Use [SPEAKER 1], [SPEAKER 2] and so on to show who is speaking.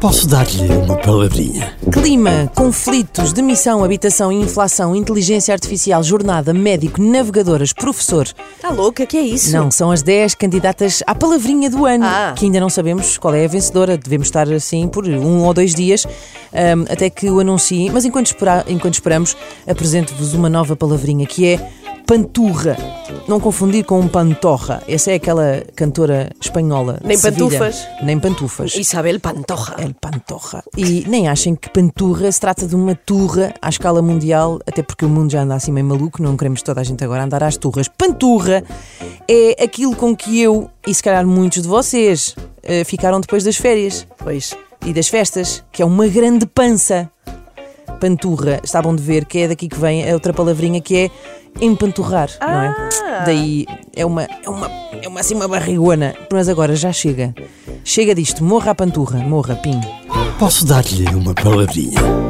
[SPEAKER 1] Posso dar-lhe uma palavrinha?
[SPEAKER 2] Clima, conflitos, demissão, habitação, inflação, inteligência artificial, jornada, médico, navegadoras, professor.
[SPEAKER 3] Tá louca? Que é isso?
[SPEAKER 2] Não, são as 10 candidatas à palavrinha do ano,
[SPEAKER 3] Ah.
[SPEAKER 2] que ainda não sabemos qual é a vencedora. Devemos estar assim por um ou dois dias ahm, até que o anunciem. Mas enquanto, espera- enquanto esperamos, apresento-vos uma nova palavrinha que é panturra. Não confundir com pantorra. Essa é aquela cantora espanhola. de
[SPEAKER 3] Nem
[SPEAKER 2] Sevilha.
[SPEAKER 3] pantufas.
[SPEAKER 2] Nem pantufas.
[SPEAKER 3] Isabel Pantoja.
[SPEAKER 2] El Pantorra. E nem achem que panturra se trata de uma turra à escala mundial, até porque o mundo já anda assim meio maluco, não queremos toda a gente agora andar às turras. Panturra é aquilo com que eu, e se calhar muitos de vocês, eh, ficaram depois das férias
[SPEAKER 3] Pois.
[SPEAKER 2] e das festas, que é uma grande pança. Panturra, estavam de ver que é daqui que vem a outra palavrinha que é empanturrar, não é? Daí é uma, é uma, é uma assim uma barrigona. Mas agora já chega. Chega disto, morra a panturra, morra, pim.
[SPEAKER 1] Posso dar-lhe uma palavrinha?